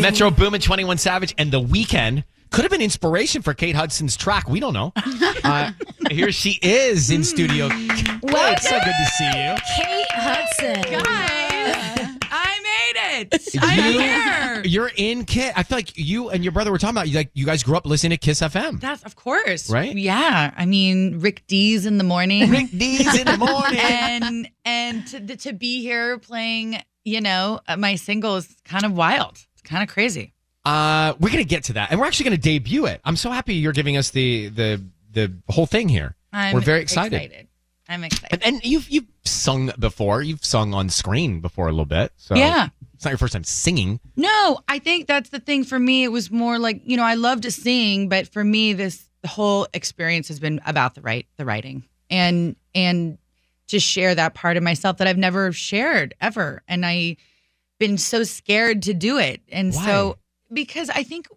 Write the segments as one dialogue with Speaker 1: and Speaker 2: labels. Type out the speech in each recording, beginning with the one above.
Speaker 1: Metro Boomin, 21 Savage, and The Weekend could have been inspiration for Kate Hudson's track. We don't know. Uh, here she is in studio.
Speaker 2: Hmm.
Speaker 1: Well, it's so good to see you.
Speaker 3: Kate Hudson.
Speaker 2: Guys, I made it.
Speaker 1: You-
Speaker 2: I'm here.
Speaker 1: You're in Kiss. I feel like you and your brother were talking about you, like you guys grew up listening to Kiss FM.
Speaker 3: That's of course.
Speaker 1: Right?
Speaker 3: Yeah. I mean, Rick D's in the morning.
Speaker 1: Rick D's in the morning.
Speaker 3: and and to to be here playing, you know, uh, my single is kind of wild. It's kind of crazy.
Speaker 1: Uh, we're gonna get to that, and we're actually gonna debut it. I'm so happy you're giving us the the the whole thing here.
Speaker 3: I'm
Speaker 1: we're very excited.
Speaker 3: I'm excited.
Speaker 1: And, and you've you've sung before. You've sung on screen before a little bit. So
Speaker 3: Yeah.
Speaker 1: it's not your first time singing.
Speaker 3: No, I think that's the thing for me. It was more like, you know, I love to sing, but for me this whole experience has been about the right the writing. And and to share that part of myself that I've never shared ever. And I been so scared to do it. And so because I think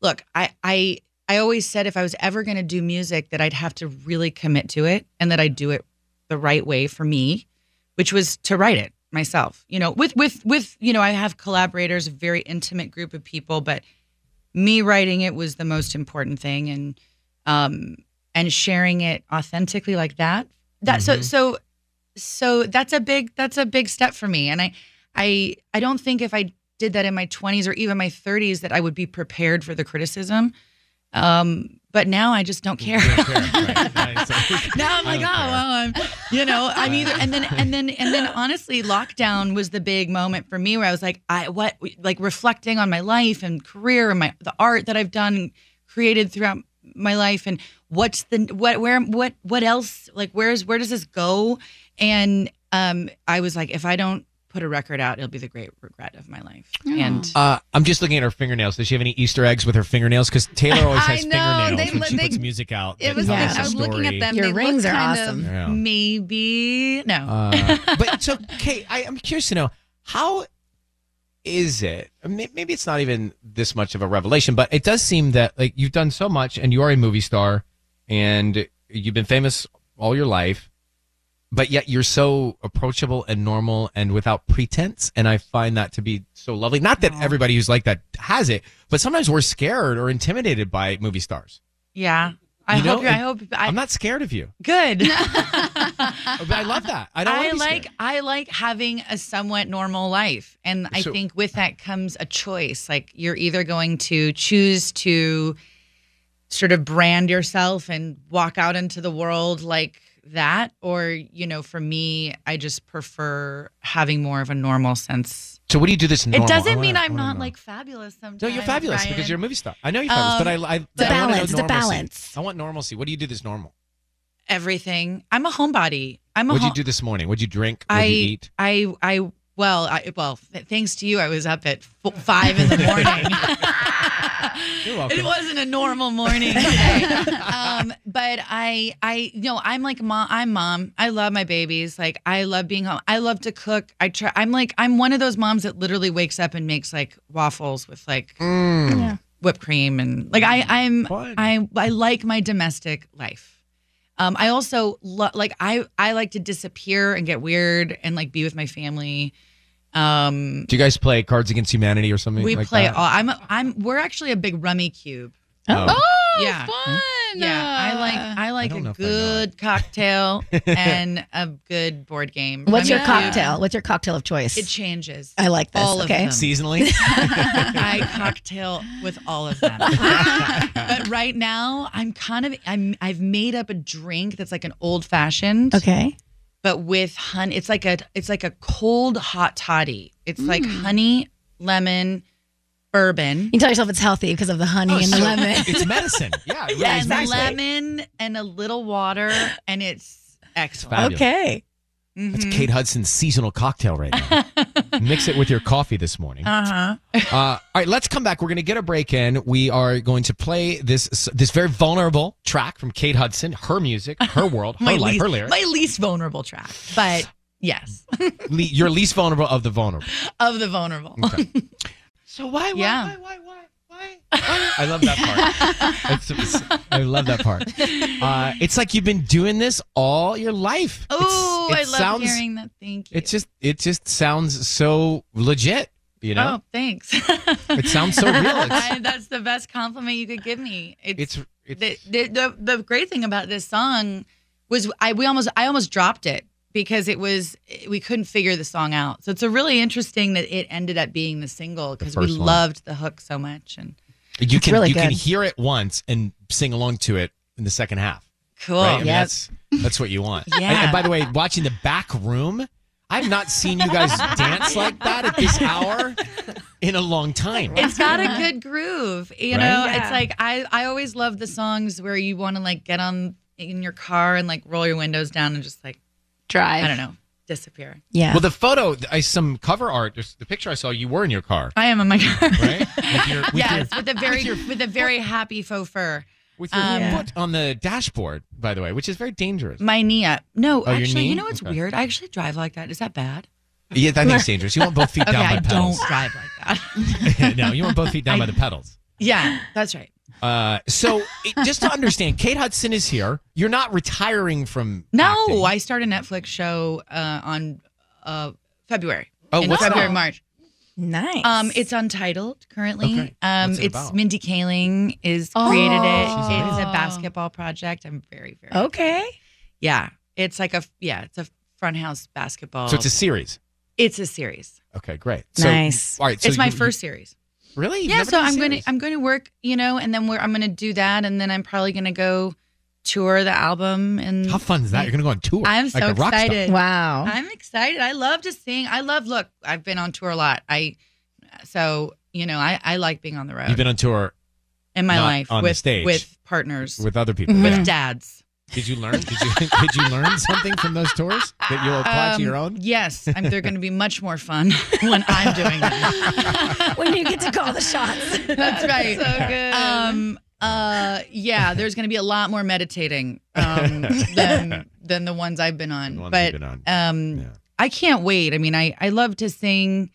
Speaker 3: look, I I I always said if I was ever going to do music that I'd have to really commit to it and that I'd do it the right way for me, which was to write it myself. You know, with with with you know, I have collaborators, a very intimate group of people, but me writing it was the most important thing and um and sharing it authentically like that. That so
Speaker 1: Mhm.
Speaker 3: so so that's a big that's a big step for me and I I I don't think if I did that in my 20s or even my 30s that I would be prepared for the criticism. Um, but now I just don't care.
Speaker 1: Don't care, right. Right, so-
Speaker 3: now I'm
Speaker 1: I don't
Speaker 3: like, oh
Speaker 1: care.
Speaker 3: well, I'm, you know, I'm either and then and then and then honestly, lockdown was the big moment for me where I was like, I what like reflecting on my life and career and my the art that I've done created throughout my life and what's the what where what what else like where's where does this go and um I was like if I don't put a record out it'll be the great regret of my life
Speaker 4: Oh.
Speaker 3: and
Speaker 1: Uh, I'm just looking at her fingernails. Does she have any Easter eggs with her fingernails? Because Taylor always
Speaker 4: I
Speaker 1: has
Speaker 4: know,
Speaker 1: fingernails
Speaker 4: they-
Speaker 1: when she
Speaker 4: they-
Speaker 1: puts music out.
Speaker 4: It
Speaker 1: that
Speaker 4: was.
Speaker 1: tells
Speaker 3: Yeah.
Speaker 1: us a
Speaker 4: I was looking
Speaker 1: story.
Speaker 4: at them.
Speaker 5: Your
Speaker 4: they
Speaker 5: rings
Speaker 4: look
Speaker 5: are
Speaker 4: kind
Speaker 5: awesome.
Speaker 1: Yeah.
Speaker 3: maybe no
Speaker 1: Uh, but so, Kate, I, I'm curious to know how is it? I mean, Maybe it's not even this much of a revelation, but it does seem that like you've done so much, and you are a movie star, and you've been famous all your life, but yet you're so approachable and normal and without pretense. And I find that to be so lovely. Not that everybody who's like that has it, but sometimes we're scared or intimidated by movie stars.
Speaker 3: yeah I
Speaker 1: You know,
Speaker 3: hope you're, I hope I,
Speaker 1: I'm not scared of you,
Speaker 3: good
Speaker 1: but I love that. I don't. wanna
Speaker 3: I
Speaker 1: be
Speaker 3: like
Speaker 1: scared.
Speaker 3: I like having a somewhat normal life, and I
Speaker 1: So-
Speaker 3: think with that comes a choice. Like you're either going to choose to sort of brand yourself and walk out into the world like that or you know for me I just prefer having more of a normal sense
Speaker 1: So what do you do this normal?
Speaker 3: it
Speaker 1: I
Speaker 3: doesn't
Speaker 1: wanna-
Speaker 3: mean
Speaker 1: I
Speaker 3: I'm
Speaker 1: wanna
Speaker 3: not
Speaker 1: know.
Speaker 3: like fabulous sometimes.
Speaker 1: No, you're fabulous
Speaker 3: Ryan.
Speaker 1: because you're a movie star. I know you're fabulous,
Speaker 3: Um,
Speaker 1: but I, I,
Speaker 3: the
Speaker 1: I wanna know
Speaker 2: balance, the
Speaker 1: normalcy.
Speaker 2: balance.
Speaker 1: I want normalcy. What do you do this normal?
Speaker 3: everything. I'm a homebody. I'm a
Speaker 1: What'd you
Speaker 3: home-
Speaker 1: do this morning? What'd you drink? What'd
Speaker 3: I
Speaker 1: you eat?
Speaker 3: I I well I well th- thanks to you I was up at f- five in the morning.
Speaker 1: You're welcome.
Speaker 3: It wasn't a normal morning, today. um, but I, I, you know, I'm like mom. I'm mom. I love my babies. Like I love being home. I love to cook. I try. I'm like I'm one of those moms that literally wakes up and makes like waffles with like
Speaker 1: Mm.
Speaker 3: whipped cream and like I, I'm
Speaker 1: Fun.
Speaker 3: I I like my domestic life. Um, I also lo- like I I like to disappear and get weird and like be with my family. Um,
Speaker 1: Do you guys play Cards Against Humanity or something?
Speaker 3: we
Speaker 1: like
Speaker 3: play
Speaker 1: that?
Speaker 3: all. I'm a, I'm we're actually a big rummy cube.
Speaker 1: Oh.
Speaker 4: Oh,
Speaker 3: Yeah.
Speaker 4: fun.
Speaker 3: Yeah, I like I like
Speaker 1: I don't know
Speaker 3: a
Speaker 1: if I know
Speaker 3: good cocktail and a good board game.
Speaker 4: What's your
Speaker 3: Rummy Cube,
Speaker 4: cocktail? What's your cocktail of choice?
Speaker 3: It changes.
Speaker 4: I like this.
Speaker 3: all of
Speaker 4: okay.
Speaker 3: them.
Speaker 1: Seasonally.
Speaker 3: I cocktail with all of them. but right now, I'm kind of I'm I've made up a drink that's like an old fashioned,
Speaker 4: Okay.
Speaker 3: but with honey. It's like a it's like a cold hot toddy. It's like honey, lemon, bourbon,
Speaker 4: Mm.
Speaker 3: Oh,
Speaker 4: You can tell yourself it's healthy because of the honey and the
Speaker 1: Oh, so
Speaker 4: lemon.
Speaker 1: it's medicine. Yeah. it really
Speaker 3: and
Speaker 1: is medicine.
Speaker 3: lemon, and a little water, and it's excellent.
Speaker 1: Fabulous.
Speaker 4: okay.
Speaker 1: That's
Speaker 3: Mhm.
Speaker 1: Kate Hudson's seasonal cocktail right now. Mix it with your coffee this morning.
Speaker 3: Uh-huh.
Speaker 1: Uh, all right, let's come back. We're going to get a break in. We are going to play this this very vulnerable track from Kate Hudson, her music, her world, her life,
Speaker 3: least,
Speaker 1: her lyrics.
Speaker 3: my least vulnerable track, but yes,
Speaker 1: Le- your least vulnerable of the vulnerable.
Speaker 3: of the vulnerable.
Speaker 1: So why,
Speaker 3: why,
Speaker 1: why,
Speaker 3: Yeah.
Speaker 1: why, why, why? I love that part. It's- it's- I love that part. Uh, it's like you've been doing this all your life. It's-
Speaker 3: Oh,
Speaker 1: it
Speaker 3: I love
Speaker 1: sounds,
Speaker 3: hearing that. Thank you.
Speaker 1: It just it just sounds so legit. You know,
Speaker 3: Oh, thanks.
Speaker 1: it sounds so real. It's
Speaker 3: I, that's the best compliment you could give me. It's,
Speaker 1: it's, it's
Speaker 3: the, the, the the great thing about this song was I we almost I almost dropped it because it was we couldn't figure the song out. So it's a really interesting that it ended up being the single because we
Speaker 1: first one.
Speaker 3: loved the hook so much and
Speaker 1: you can
Speaker 4: really
Speaker 1: you can
Speaker 4: good.
Speaker 1: hear it once and sing along to it in the second half.
Speaker 3: cool.
Speaker 1: right? I mean,
Speaker 4: Yep.
Speaker 1: that's that's what you want. And- And,
Speaker 3: Yeah.
Speaker 1: by the way, watching the back room, I've not seen you guys dance like that at this hour in a long time.
Speaker 3: It's got a good groove. You
Speaker 1: Right?
Speaker 3: know, it's like I I always love the songs where you want to like get on in your car and like roll your windows down and just like
Speaker 4: Drive.
Speaker 3: I don't know, disappear.
Speaker 4: Yeah.
Speaker 1: Well, the photo, I, some cover art, there's- the picture I saw, you were in your car,
Speaker 3: I am in my car.
Speaker 1: right? With your, with
Speaker 3: yes,
Speaker 1: your,
Speaker 3: with a very with a very happy faux fur.
Speaker 1: with your
Speaker 3: Um,
Speaker 1: foot on the dashboard, by the way, which is very dangerous.
Speaker 3: My knee up. No,
Speaker 1: Oh, your
Speaker 3: actually,
Speaker 1: knee?
Speaker 3: you know what's
Speaker 1: Okay.
Speaker 3: weird? I actually drive like that. Is that bad?
Speaker 1: yeah, I think it's dangerous. You want both feet
Speaker 3: Okay,
Speaker 1: down by
Speaker 3: I don't
Speaker 1: pedals.
Speaker 3: drive like that.
Speaker 1: no, you want both feet down by the pedals.
Speaker 3: yeah, that's right.
Speaker 1: Uh, so it, just to understand, Kate Hudson is here. You're not retiring from.
Speaker 3: No,
Speaker 1: acting.
Speaker 3: I start a Netflix show uh, on uh, February.
Speaker 1: Oh,
Speaker 3: in
Speaker 1: what's
Speaker 3: February,
Speaker 1: that?
Speaker 3: March.
Speaker 4: Nice.
Speaker 3: Um, it's untitled currently.
Speaker 1: Okay.
Speaker 3: Um,
Speaker 1: What's it
Speaker 3: it's
Speaker 1: about?
Speaker 3: Mindy Kaling is created it.
Speaker 4: Oh.
Speaker 1: She's
Speaker 3: It's a
Speaker 4: amazing.
Speaker 3: basketball project. I'm very very
Speaker 4: okay.
Speaker 3: yeah. It's like a yeah. It's a front house basketball.
Speaker 1: So it's a series.
Speaker 3: it's a series.
Speaker 1: Okay, great.
Speaker 4: Nice.
Speaker 1: All right. So
Speaker 3: it's my
Speaker 1: you-
Speaker 3: first series.
Speaker 1: you- really? You've
Speaker 3: yeah
Speaker 1: never
Speaker 3: so
Speaker 1: done a
Speaker 3: i'm gonna
Speaker 1: series?
Speaker 3: i'm gonna work you know and then we're, i'm gonna do that and then i'm probably gonna go tour the album and
Speaker 1: How fun is that? You're gonna go on tour.
Speaker 3: i'm so
Speaker 1: like a rock star.
Speaker 3: excited
Speaker 4: Wow.
Speaker 3: i'm excited i love to sing i love look i've been on tour a lot i so you know i, I like being on the road
Speaker 1: You've been on tour
Speaker 3: in my
Speaker 1: not
Speaker 3: life
Speaker 1: on the
Speaker 3: with
Speaker 1: stage.
Speaker 3: with partners with,
Speaker 1: with other people. Yeah.
Speaker 3: dads
Speaker 1: Did you learn? Did you did you learn something from those tours that you'll apply
Speaker 3: Um,
Speaker 1: to your own?
Speaker 3: yes I'm, they're gonna be much more fun when i'm doing them
Speaker 4: when you get to call the shots.
Speaker 3: That's right. so good. Um, uh, yeah, there's going to be a lot more meditating um, than than the ones I've been on.
Speaker 1: The ones
Speaker 3: but
Speaker 1: you've been on.
Speaker 3: um,
Speaker 1: Yeah.
Speaker 3: I can't wait. I mean, I I love to sing.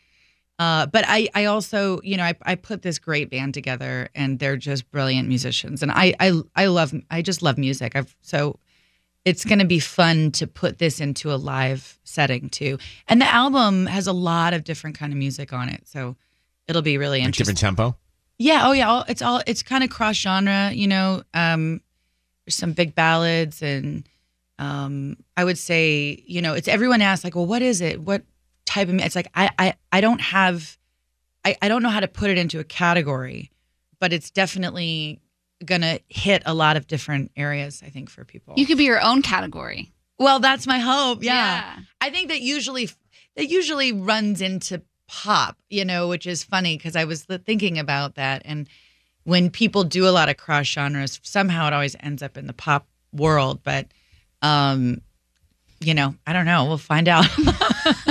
Speaker 3: Uh, but I, I also, you know, I, I put this great band together and they're just brilliant musicians. And I, I, I love, I just love music. I've, so it's going to be fun to put this into a live setting too. And the album has a lot of different kind of music on it. So it'll be really
Speaker 1: Like
Speaker 3: interesting.
Speaker 1: different tempo.
Speaker 3: Yeah. Oh, yeah. All, it's all it's kind of cross genre. You know, um, there's some big ballads, and um, I would say, you know, it's everyone asks like, well, what is it? What type of? mu-" It's like I I I don't have, I I don't know how to put it into a category, but it's definitely gonna hit a lot of different areas. I think for people.
Speaker 6: You could be your own category.
Speaker 3: well, that's my hope. yeah. I think that usually that usually runs into pop, you know, which is funny because I was thinking about that and when people do a lot of cross genres, somehow it always ends up in the pop world, but um you know, I don't know. We'll find out.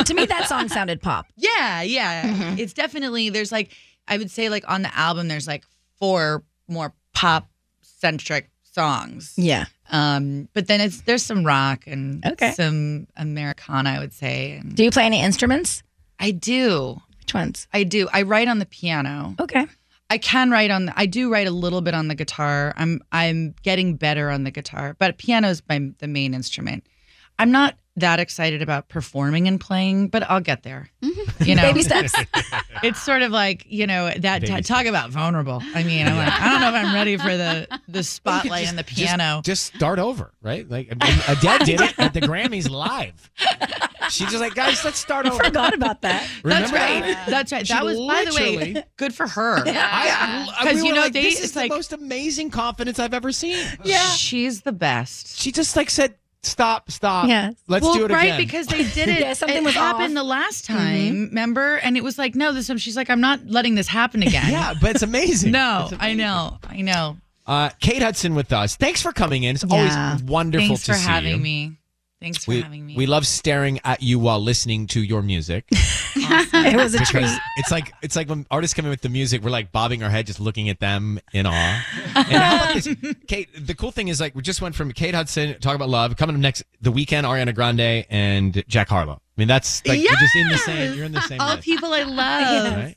Speaker 4: to me, that song sounded pop. Mm-hmm.
Speaker 3: yeah, yeah.
Speaker 6: Mhm.
Speaker 3: It's definitely there's like I would say like on the album there's like four more pop centric songs.
Speaker 4: Yeah.
Speaker 3: Um but then it's there's some rock and
Speaker 4: Okay.
Speaker 3: some Americana I would say and
Speaker 4: Do you play any instruments?
Speaker 3: I do.
Speaker 4: Which ones?
Speaker 3: I do. I write on the piano.
Speaker 4: Okay.
Speaker 3: I can write on. The, I do write a little bit on the guitar. I'm I'm getting better on the guitar, but piano's my the main instrument. I'm not that excited about performing and playing, but I'll get there.
Speaker 6: Mhm.
Speaker 3: You know,
Speaker 4: Baby steps.
Speaker 3: it's sort of like you know that
Speaker 1: Baby
Speaker 3: ta- talk about vulnerable. I mean, I'm like, I don't know if I'm ready for the the spotlight and the piano.
Speaker 1: Just, just start over, right? Like I mean, Adele did it at the Grammys live. She's just like, guys, let's start over.
Speaker 4: Forgot about that.
Speaker 3: That's
Speaker 1: Remember
Speaker 3: right.
Speaker 1: that?
Speaker 3: That's right.
Speaker 1: She
Speaker 3: That was by the way
Speaker 1: literally-
Speaker 3: good for her.
Speaker 6: Yeah.
Speaker 1: I, I,
Speaker 3: 'Cause,
Speaker 1: we
Speaker 3: you
Speaker 1: were
Speaker 3: know,
Speaker 1: like,
Speaker 3: they-
Speaker 1: this is
Speaker 3: it's
Speaker 1: the
Speaker 3: like-
Speaker 1: most amazing confidence I've ever seen.
Speaker 3: she's the best.
Speaker 1: She just like said, stop, stop.
Speaker 4: Yes.
Speaker 1: Let's
Speaker 3: well,
Speaker 1: do it
Speaker 3: right,
Speaker 1: again.
Speaker 3: because they did it.
Speaker 4: Yeah, something
Speaker 3: it
Speaker 4: was
Speaker 3: happened
Speaker 4: off.
Speaker 3: the last
Speaker 7: Mm-hmm.
Speaker 3: time, remember? And it was like, no, this time she's like, I'm not letting this happen again.
Speaker 1: yeah, but it's amazing.
Speaker 3: No,
Speaker 1: It's amazing.
Speaker 3: I know, I know.
Speaker 1: Uh, Kate Hudson with us. Thanks for coming in. It's
Speaker 3: Yeah.
Speaker 1: always wonderful
Speaker 3: Thanks
Speaker 1: to
Speaker 3: for
Speaker 1: see
Speaker 3: having
Speaker 1: you.
Speaker 3: me. Thanks for
Speaker 1: We,
Speaker 3: having me.
Speaker 1: we love staring at you while listening to your music
Speaker 4: It was a treat.
Speaker 1: because it's like it's like when artists come in with the music, we're like bobbing our head, just looking at them in awe. And how about this? Kate, the cool thing is like we just went from Kate Hudson talking about love, coming up next the weekend, Ariana Grande and Jack Harlow. I mean, that's like you're just in the same. You're in the same.
Speaker 3: All
Speaker 1: list,
Speaker 3: people I love.
Speaker 1: right?